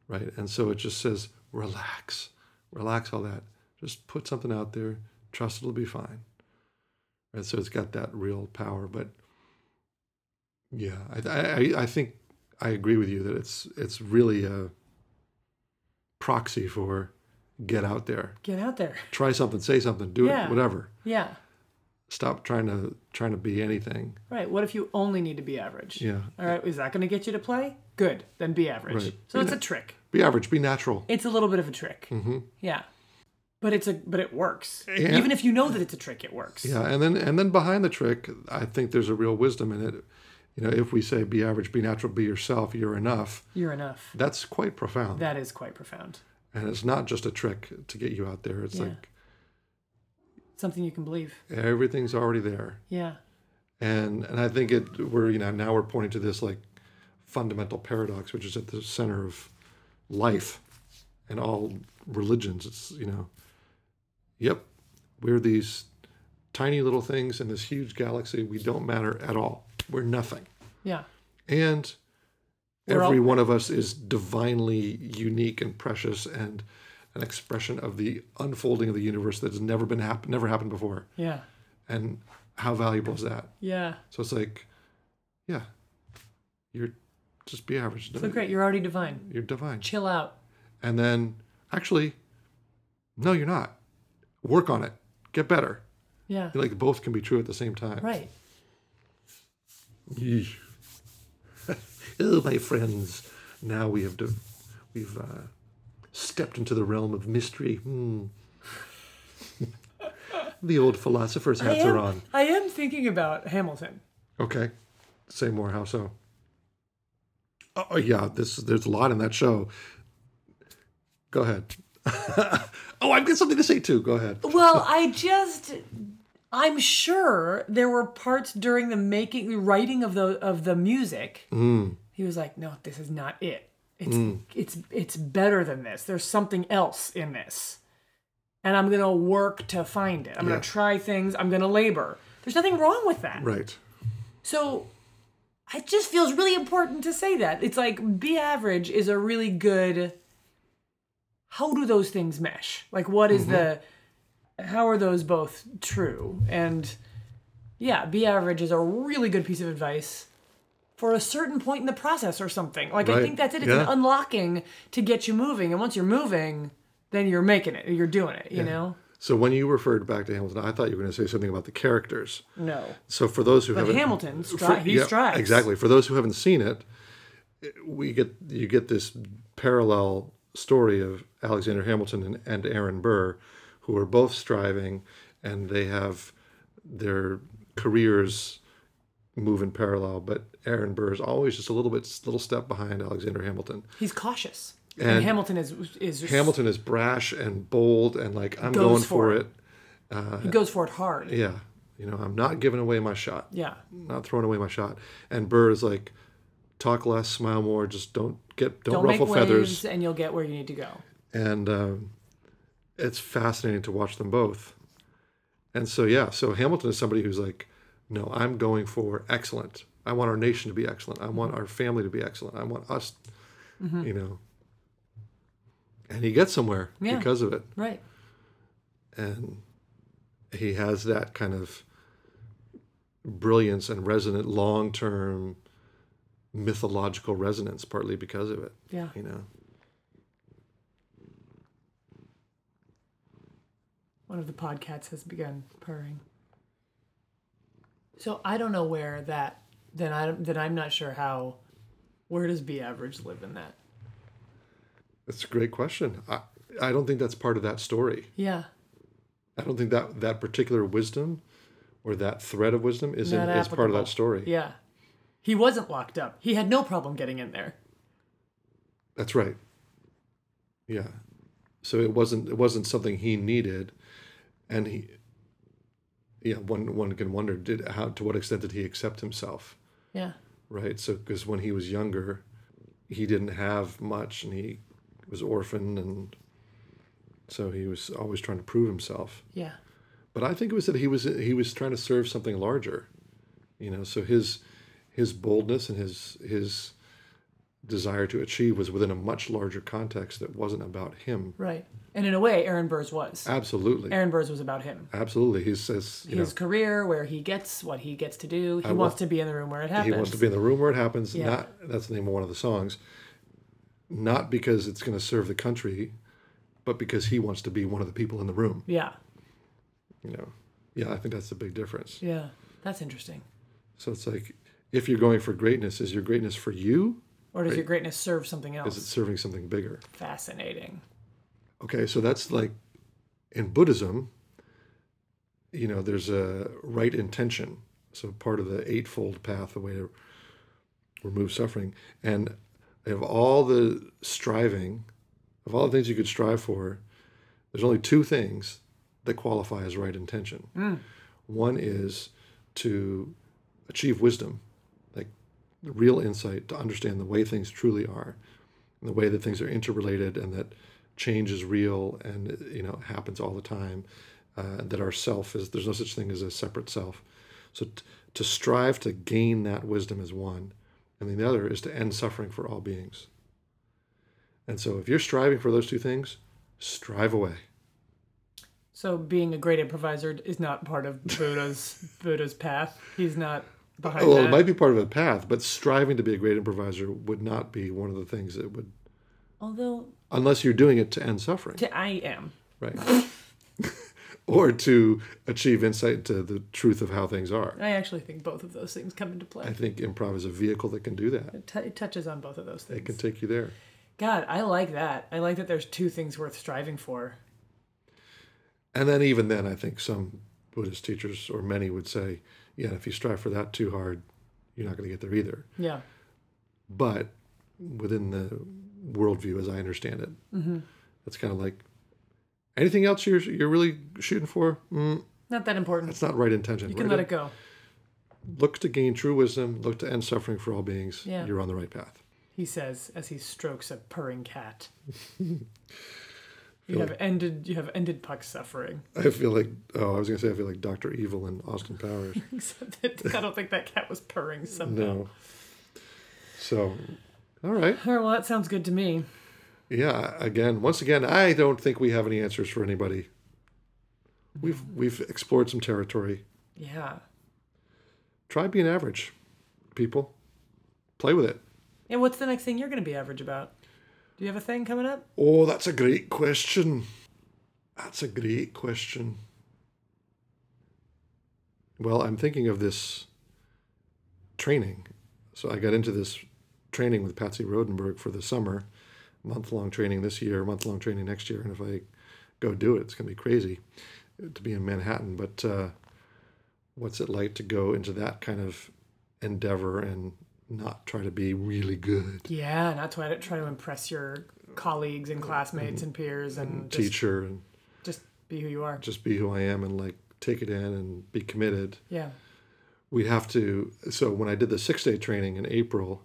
S2: Right. And so it just says, relax, relax all that. Just put something out there, trust it'll be fine. And so it's got that real power. But yeah, I, I, I- I think I agree with you that it's, it's really a proxy for get out there,
S1: Get out there.
S2: try something, say something, do
S1: Yeah.
S2: it, whatever.
S1: Yeah.
S2: Stop trying to, trying to be anything.
S1: Right. What if you only need to be average?
S2: Yeah.
S1: All right. Is that going to get you to play? Good. Then be average.
S2: Right.
S1: So
S2: Be
S1: it's
S2: na-
S1: a trick.
S2: Be average, be natural.
S1: It's a little bit of a trick.
S2: Mm-hmm.
S1: Yeah. But it's a but it works.
S2: Yeah.
S1: Even if you know that it's a trick, it works.
S2: Yeah, and then and then behind the trick, I think there's a real wisdom in it. You know, if we say be average, be natural, be yourself, you're enough,
S1: You're enough.
S2: that's quite profound.
S1: That is quite profound.
S2: and it's not just a trick to get you out there. It's
S1: Yeah.
S2: like
S1: Something you can believe.
S2: everything's already there.
S1: Yeah.
S2: And and I think it we're you know, now we're pointing to this like fundamental paradox, which is at the center of life and all religions. It's you know, yep, we're these tiny little things in this huge galaxy. We don't matter at all. We're nothing.
S1: Yeah.
S2: and
S1: We're all-
S2: every one of us is divinely unique and precious and an expression of the unfolding of the universe that's never been hap- never happened before
S1: Yeah.
S2: and how valuable is that
S1: Yeah.
S2: so it's like yeah you're just be average
S1: So great. You're already divine.
S2: you're divine
S1: Chill out.
S2: and then actually no you're not work on it get better
S1: Yeah.
S2: Like both can be true at the same time.
S1: Right.
S2: Yeesh. oh, my friends, now we have de- we've uh, stepped into the realm of mystery. Hmm. the old philosopher's
S1: I
S2: hats
S1: am,
S2: are on.
S1: I am thinking about Hamilton.
S2: Okay, say more. How so? Oh yeah, this there's a lot in that show. Go ahead. oh, I've got something to say too. Go ahead.
S1: Well, I just I'm sure there were parts during the making the writing of the of the music. He was like, "No, this is not it. It's it's it's better than this. There's something else in this." And I'm going to work to find it. I'm
S2: Yeah.
S1: going to try things. I'm going to labor. There's nothing wrong with that.
S2: Right.
S1: So it just feels really important to say that. It's like be average is a really good how do those things mesh? Like what is
S2: Mm-hmm.
S1: the how are those both true? And yeah, be average is a really good piece of advice for a certain point in the process or something. Like I
S2: Right.
S1: think that's it. It's an
S2: Yeah.
S1: unlocking to get you moving. And once you're moving, then you're making it. You're doing it, you know?
S2: So when you referred back to Hamilton, I thought you were going to say something about the characters.
S1: No.
S2: So for those who haven't
S1: Hamilton, stri- he
S2: yeah,
S1: strives.
S2: exactly. For those who haven't seen it, we get you get this parallel story of Alexander Hamilton and, and Aaron Burr, who are both striving, and they have their careers move in parallel. But Aaron Burr is always just a little bit little step behind Alexander Hamilton.
S1: He's cautious. And, Hamilton is is
S2: Hamilton is brash and bold and like I'm
S1: Goes
S2: going
S1: for
S2: for
S1: it.
S2: it.
S1: he goes for it hard.
S2: Yeah, you know I'm not giving away my shot.
S1: Yeah.
S2: not throwing away my shot. And Burr is like, talk less, smile more, just don't get don't,
S1: Don't
S2: ruffle
S1: make waves
S2: feathers.
S1: and you'll get where you need to go.
S2: And um, it's fascinating to watch them both. And so yeah, so Hamilton is somebody who's like, no, I'm going for excellent. I want our nation to be excellent. I want our family to be excellent. I want us,
S1: Mm-hmm.
S2: you know. And he gets somewhere
S1: Yeah.
S2: because of it
S1: Right.
S2: and he has that kind of brilliance and resonant long-term mythological resonance partly because of it
S1: Yeah.
S2: you know
S1: One of the podcasts has begun purring. So I don't know where that then I then I'm not sure how where does B average live in that?
S2: that's a great question i i don't think that's part of that story
S1: Yeah.
S2: i don't think that that particular wisdom or that thread of wisdom is in,
S1: Not
S2: is part of
S1: applicable.
S2: that story
S1: Yeah. He wasn't locked up. He had no problem getting in there.
S2: That's right. Yeah. So it wasn't it wasn't something he needed, and he. Yeah, one one can wonder did how to what extent did he accept himself,
S1: Yeah.
S2: right? So because when he was younger, he didn't have much, and he was orphaned, and so he was always trying to prove himself.
S1: Yeah.
S2: But I think it was that he was he was trying to serve something larger, you know. So his his boldness and his his desire to achieve was within a much larger context that wasn't about him.
S1: Right. And in a way Aaron Burrs was.
S2: Uh, Absolutely,
S1: Aaron Burrs was about him.
S2: absolutely. He says you know
S1: His career, where he gets what he gets to do. He wants to be in the room where it happens.
S2: he wants to be in the room where it happens.
S1: Yeah.
S2: Not that's the name of one of the songs. Not because it's going to serve the country, but because he wants to be one of the people in the room.
S1: Yeah.
S2: You know, yeah, I think that's the big difference.
S1: Yeah. That's interesting.
S2: So it's like if you're going for greatness, is your greatness for you?
S1: Or does your greatness serve something else?
S2: Is it serving something bigger?
S1: Fascinating.
S2: Okay, so that's like in Buddhism, you know, there's a right intention. So part of the eightfold path, the way to remove suffering. And of all the striving, of all the things you could strive for, there's only two things that qualify as right intention. One is to achieve wisdom, like real insight, to understand the way things truly are, and the way that things are interrelated, and that change is real and you know happens all the time. Uh, that our self is there's no such thing as a separate self. So t- to strive to gain that wisdom is one, and then the other is to end suffering for all beings. And so if you're striving for those two things, strive away.
S1: So being a great improviser is not part of Buddha's Buddha's path. He's not behind
S2: Well,
S1: that.
S2: it might be part of a path, but striving to be a great improviser would not be one of the things that would,
S1: Although
S2: unless you're doing it to end suffering,
S1: t- I am.
S2: right? or to achieve insight into the truth of how things are.
S1: I actually think both of those things come into
S2: I
S1: play.
S2: think improv is a vehicle that can do that.
S1: It, t- it touches on both of those
S2: It can
S1: things.
S2: take you there.
S1: God, I like that. I like that there's two things worth striving for.
S2: And then even then, I think some Buddhist teachers or many would say, yeah, if you strive for that too hard, you're not going to get there either.
S1: Yeah.
S2: But within the worldview, as I understand it,
S1: Mm-hmm.
S2: it's kind of like anything else you're you're really shooting for. Mm,
S1: Not that important.
S2: that's not right intention.
S1: You can
S2: right?
S1: let it go.
S2: Look to gain true wisdom. Look to end suffering for all beings.
S1: Yeah.
S2: You're on the right path.
S1: he says as he strokes a purring cat. you have ended you have ended Puck's suffering.
S2: I feel like oh, I was gonna say I feel like Doctor Evil and Austin Powers.
S1: Except that I don't think that cat was purring somehow.
S2: no. So, all right.
S1: All right, well that sounds good to me.
S2: Yeah, again, once again, I don't think we have any answers for anybody. We've we've explored some territory.
S1: Yeah.
S2: Try being average, people. Play with it.
S1: And what's the next thing you're gonna be average about? Do you have a thing coming up?
S2: Oh, that's a great question. That's a great question. Well, I'm thinking of this training. So I got into this training with Patsy Rodenberg for the summer, month long training this year, month long training next year. And if I go do it, it's going to be crazy to be in Manhattan. But uh, what's it like to go into that kind of endeavor and not try to be really good?
S1: Yeah, and that's why I don't try to impress your colleagues and classmates and peers and just,
S2: Teacher and
S1: just be who you are.
S2: just be who I am and like take it in and be committed.
S1: Yeah.
S2: We have to. So when I did the six day training in April,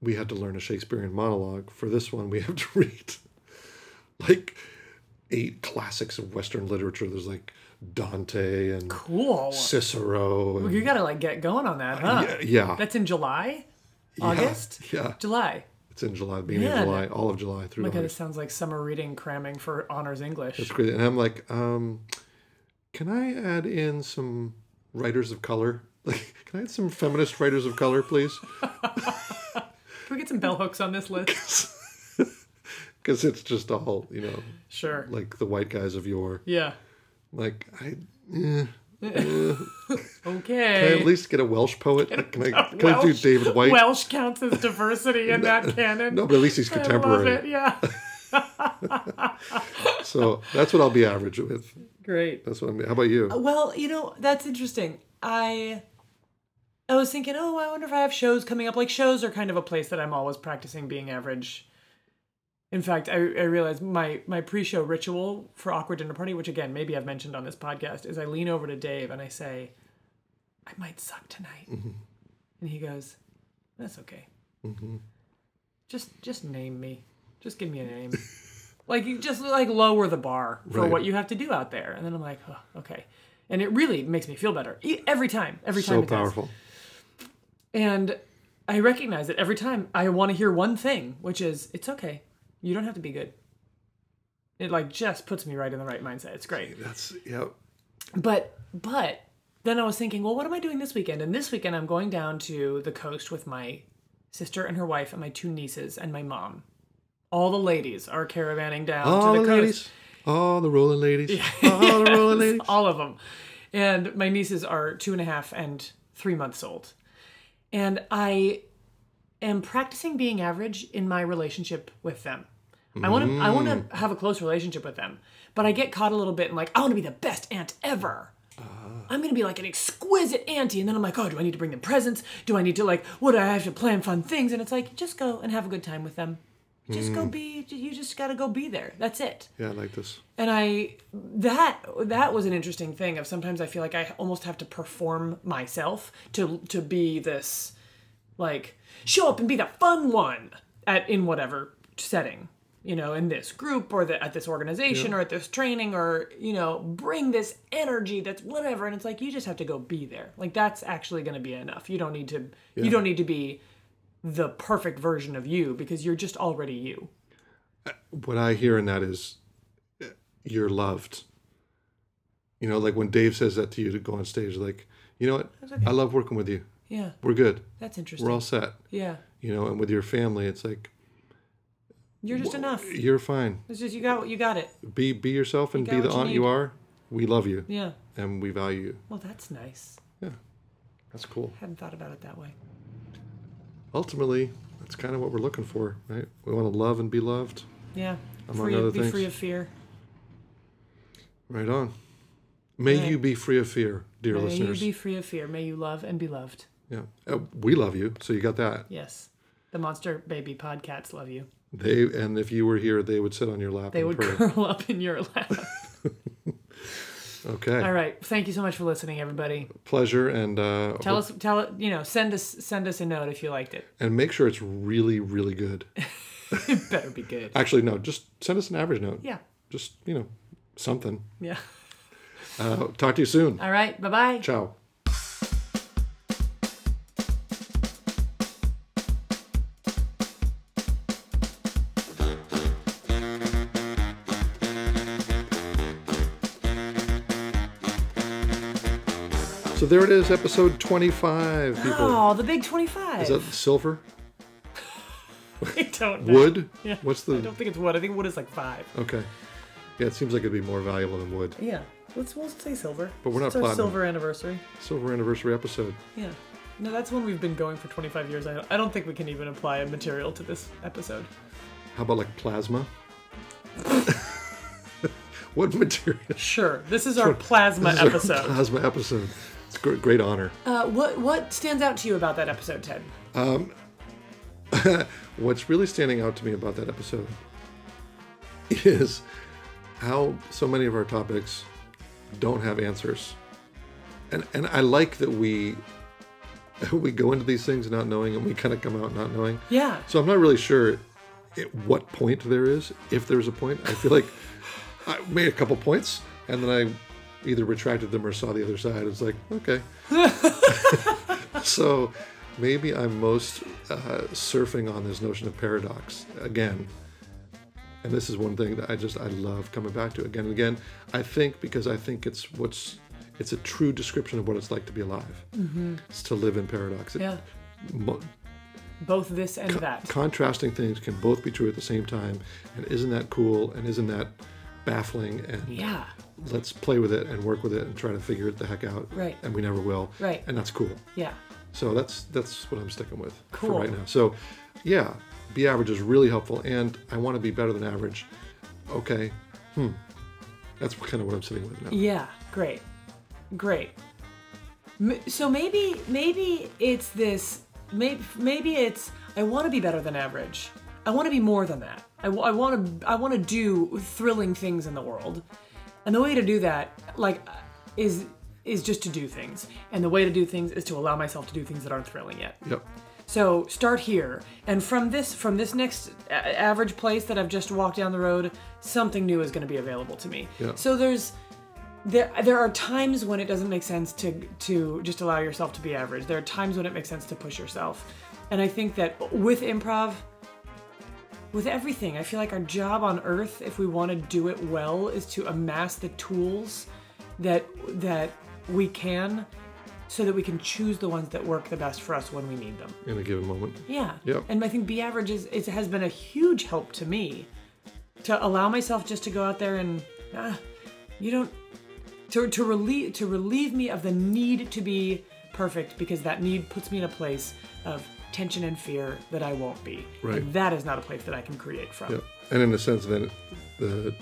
S2: we had to learn a Shakespearean monologue. For this one, we have to read like eight classics of Western literature. There's like Dante and
S1: Cool.
S2: Cicero. And,
S1: You gotta like get going on that, huh?
S2: yeah, yeah,
S1: That's in July?
S2: yeah,
S1: August?
S2: Yeah,
S1: July.
S2: it's in July, beginning
S1: Man. Oh
S2: of July, all of July through
S1: My God, it
S2: August.
S1: sounds like summer reading cramming for honors English.
S2: It's great. And I'm like, um, can I add in some writers of color? Like, can I add some feminist writers of color, please?
S1: Can we get some bell hooks on this list?
S2: Because it's just all, you know,
S1: Sure.
S2: like the white guys of yore.
S1: Yeah.
S2: Like, I, eh, can I
S1: Okay.
S2: at least get a Welsh poet? Like, Can I, can I do
S1: Welsh-
S2: David White?
S1: Welsh counts as diversity in that canon.
S2: no, but at least he's
S1: I love
S2: contemporary.
S1: it. Yeah.
S2: So that's what I'll be average with.
S1: Great.
S2: That's what I'm. How about you?
S1: Uh, Well, you know that's interesting. I. I was thinking, oh, I wonder if I have shows coming up. Like shows are kind of a place that I'm always practicing being average. In fact, I, I realized my my pre-show ritual for awkward dinner party, which again maybe I've mentioned on this podcast, is I lean over to Dave and I say, "I might suck tonight," and he goes, "That's okay.
S2: Mm-hmm.
S1: Just just name me. Just give me a name. like you just like lower the bar for
S2: Right.
S1: what you have to do out there." And then I'm like, oh, "Okay," and it really makes me feel better E- every time. Every time.
S2: So
S1: it does.
S2: powerful.
S1: And I recognize it every time. I want to hear one thing, which is it's okay. You don't have to be good. It like just puts me right in the right mindset. It's great.
S2: That's yeah.
S1: But but then I was thinking, well, what am I doing this weekend? And this weekend I'm going down to the coast with my sister and her wife and my two nieces and my mom. All the ladies are caravanning down
S2: All
S1: to
S2: the,
S1: the, coast.
S2: ladies, all the rolling ladies, all the rolling ladies.
S1: all of them. And my nieces are two and a half and three months old. And I am practicing being average in my relationship with them. I want to I want to have a close relationship with them, but I get caught a little bit in like I want to be the best aunt ever. I'm gonna be like an exquisite auntie, and then I'm like, oh, do I need to bring them presents? Do I need to like, what do I have to plan fun things? And it's like, just go and have a good time with them. Just go be. You just gotta go be there. That's it
S2: Yeah, I like this.
S1: and i that that was an interesting thing of sometimes i feel like i almost have to perform myself to to be this like show up and be the fun one at in whatever setting you know in this group or the, at this organization or at this training or you know bring this energy that's whatever and it's like you just have to go be there like that's actually going to be enough you don't need to you don't need to be the perfect version of you because you're just already you
S2: what I hear in that is uh, you're loved. You know, like when Dave says that to you to go on stage, like, you know what? I love working with you.
S1: yeah
S2: We're good.
S1: that's interesting
S2: We're all set.
S1: yeah
S2: You know, and with your family, it's like
S1: you're just enough
S2: you're fine.
S1: It's just you got you got it.
S2: Be be yourself and
S1: got
S2: be the
S1: what you
S2: aunt you
S1: need.
S2: are. we love you
S1: Yeah.
S2: and we value you.
S1: Well, that's nice.
S2: Yeah, that's cool.
S1: Hadn't thought about it that way.
S2: Ultimately, that's kind of what we're looking for, right? We want to love and be loved.
S1: Yeah.
S2: Among
S1: Free
S2: other
S1: of, be
S2: things.
S1: free of fear.
S2: Right on. May
S1: Right.
S2: you be free of fear, dear
S1: May
S2: listeners.
S1: you be free of fear. May you love and be loved.
S2: yeah, Uh, we love you. So you got that.
S1: Yes. The monster baby podcats love you.
S2: They and if you were here, they would sit on your lap.
S1: They
S2: and
S1: would
S2: purr.
S1: curl up in your lap.
S2: Okay,
S1: All right. Thank you so much for listening, everybody.
S2: pleasure and uh,
S1: Tell us, tell it, you know, send us, send us a note if you liked it.
S2: and make sure it's really, really good.
S1: It better be good.
S2: Actually, no, just send us an average note.
S1: Yeah.
S2: Just you know, something.
S1: Yeah.
S2: Uh, talk to you soon.
S1: All right. Bye bye.
S2: Ciao. So there it is, episode 25, people.
S1: Oh, the big
S2: Is
S1: 25.
S2: that silver?
S1: I don't know.
S2: Wood?
S1: Yeah.
S2: What's
S1: I
S2: the.
S1: don't think it's wood. I think wood is like five.
S2: Okay. Yeah, it seems like it'd be more valuable than wood.
S1: Yeah. Let's, we'll say silver.
S2: But we're not
S1: It's our
S2: platinum.
S1: silver anniversary.
S2: Silver anniversary episode.
S1: Yeah. No, that's one we've been going for 25 years. I don't, I don't think we can even apply a material to this episode.
S2: How about like plasma? what material?
S1: Sure. This is our plasma
S2: This is our
S1: episode.
S2: Plasma episode. It's a great, great honor.
S1: uh, what what stands out to you about that episode, Ted?
S2: What's really standing out to me about that episode is how so many of our topics don't have answers. And and I like that we we go into these things not knowing and we kind of come out not knowing.
S1: Yeah.
S2: So I'm not really sure at what point there is, if there's a point. I feel like I made a couple points and then I either retracted them or saw the other side. It's like, okay. so maybe I'm most uh, surfing on this notion of paradox again. And this is one thing that I just I love coming back to again and again. I think because I think it's what's it's a true description of what it's like to be alive. It's to live in paradox. It-
S1: Mm-hmm. Yeah.
S2: mo-
S1: Both this and that.
S2: contrasting things can both be true at the same time and isn't that cool and isn't that baffling and
S1: Yeah.
S2: let's play with it and work with it and try to figure it the heck out
S1: Right.
S2: and we never will
S1: Right.
S2: and that's cool
S1: Yeah.
S2: so that's that's what i'm sticking with
S1: Cool.
S2: for right now so yeah be average is really helpful and i want to be better than average okay hmm that's kind of what i'm sitting with now
S1: Yeah. Great. Great. M- so maybe maybe it's this maybe maybe it's I want to be better than average. I want to be more than that. I want to I want to do thrilling things in the world. And the way to do that like is is just to do things. And the way to do things is to allow myself to do things that aren't thrilling yet.
S2: yep
S1: So start here, and from this from this next a- average place that I've just walked down the road, something new is going to be available to me.
S2: Yeah.
S1: So there's there there are times when it doesn't make sense to to just allow yourself to be average. There are times when it makes sense to push yourself, and I think that with improv. With everything, I feel like our job on Earth, if we want to do it well, is to amass the tools that that we can, so that we can choose the ones that work the best for us when we need them.
S2: in a given moment
S1: Yeah.
S2: Yep.
S1: And I think B average is, is has been a huge help to me to allow myself just to go out there and ah, you don't to to relieve to relieve me of the need to be perfect because that need puts me in a place of tension and fear that I won't be.
S2: Right.
S1: And that is not a place that I can create from.
S2: yep and in a sense then the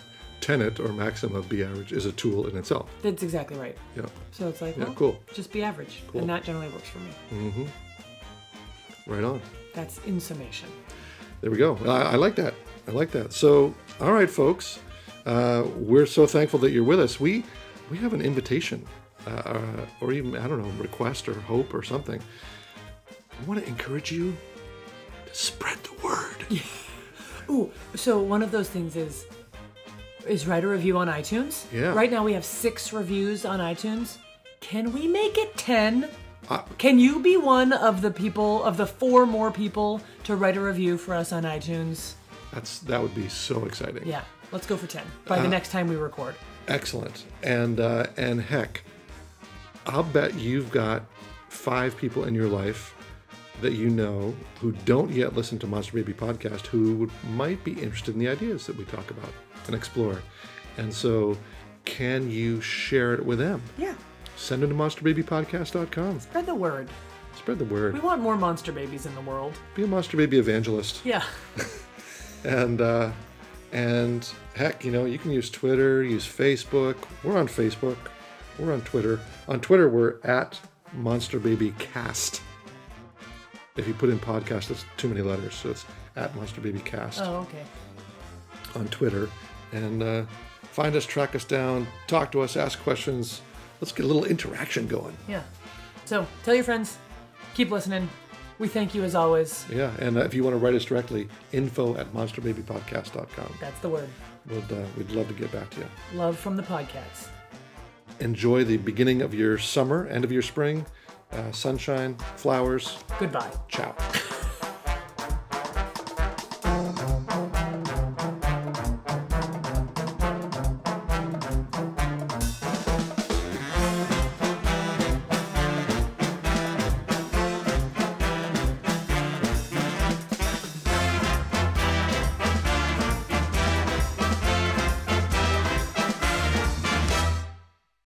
S2: tenet or maxim of be average is a tool in itself
S1: That's exactly right.
S2: yeah
S1: So it's like
S2: Yeah,
S1: well,
S2: cool.
S1: Just be average,
S2: Cool.
S1: and that generally works for me.
S2: right on
S1: That's in summation.
S2: There we go. I, I like that. I like that. So, all right, folks, uh, we're so thankful that you're with us. We we have an invitation, uh, uh, or even I don't know, request or hope or something. I want to encourage you to spread the word.
S1: Ooh, so one of those things is is write a review on iTunes.
S2: Yeah.
S1: Right now we have six reviews on iTunes. Can we make it ten?
S2: I-
S1: Can you be one of the people of the four more people to write a review for us on iTunes?
S2: That's that would be so exciting.
S1: Yeah, let's go for ten by the next time we record.
S2: Excellent. And uh, and heck, I'll bet you've got five people in your life that you know who don't yet listen to Monster Baby podcast who would, might be interested in the ideas that we talk about and explore. And so can you share it with them?
S1: Yeah.
S2: Send them to monsterbabypodcast.com.
S1: Spread the word.
S2: Spread the
S1: We
S2: word.
S1: want more monster babies in the world.
S2: Be a monster baby evangelist.
S1: Yeah.
S2: And uh, and heck, you know, you can use Twitter, use Facebook. We're on Facebook. We're on Twitter. On Twitter, we're at Monster Baby Cast. If you put in podcast, it's too many letters, so it's at Monster Baby Cast
S1: Oh, okay.
S2: on Twitter. And uh, find us, track us down, talk to us, ask questions. Let's get a little interaction going.
S1: Yeah. So tell your friends. Keep listening. We thank you as always.
S2: Yeah, and uh, if you want to write us directly, info at monsterbabypodcast.com.
S1: That's the word.
S2: We'd, uh, we'd love to get back to you.
S1: Love from the podcast.
S2: Enjoy the beginning of your summer, end of your spring, uh, sunshine, flowers.
S1: Goodbye.
S2: Ciao.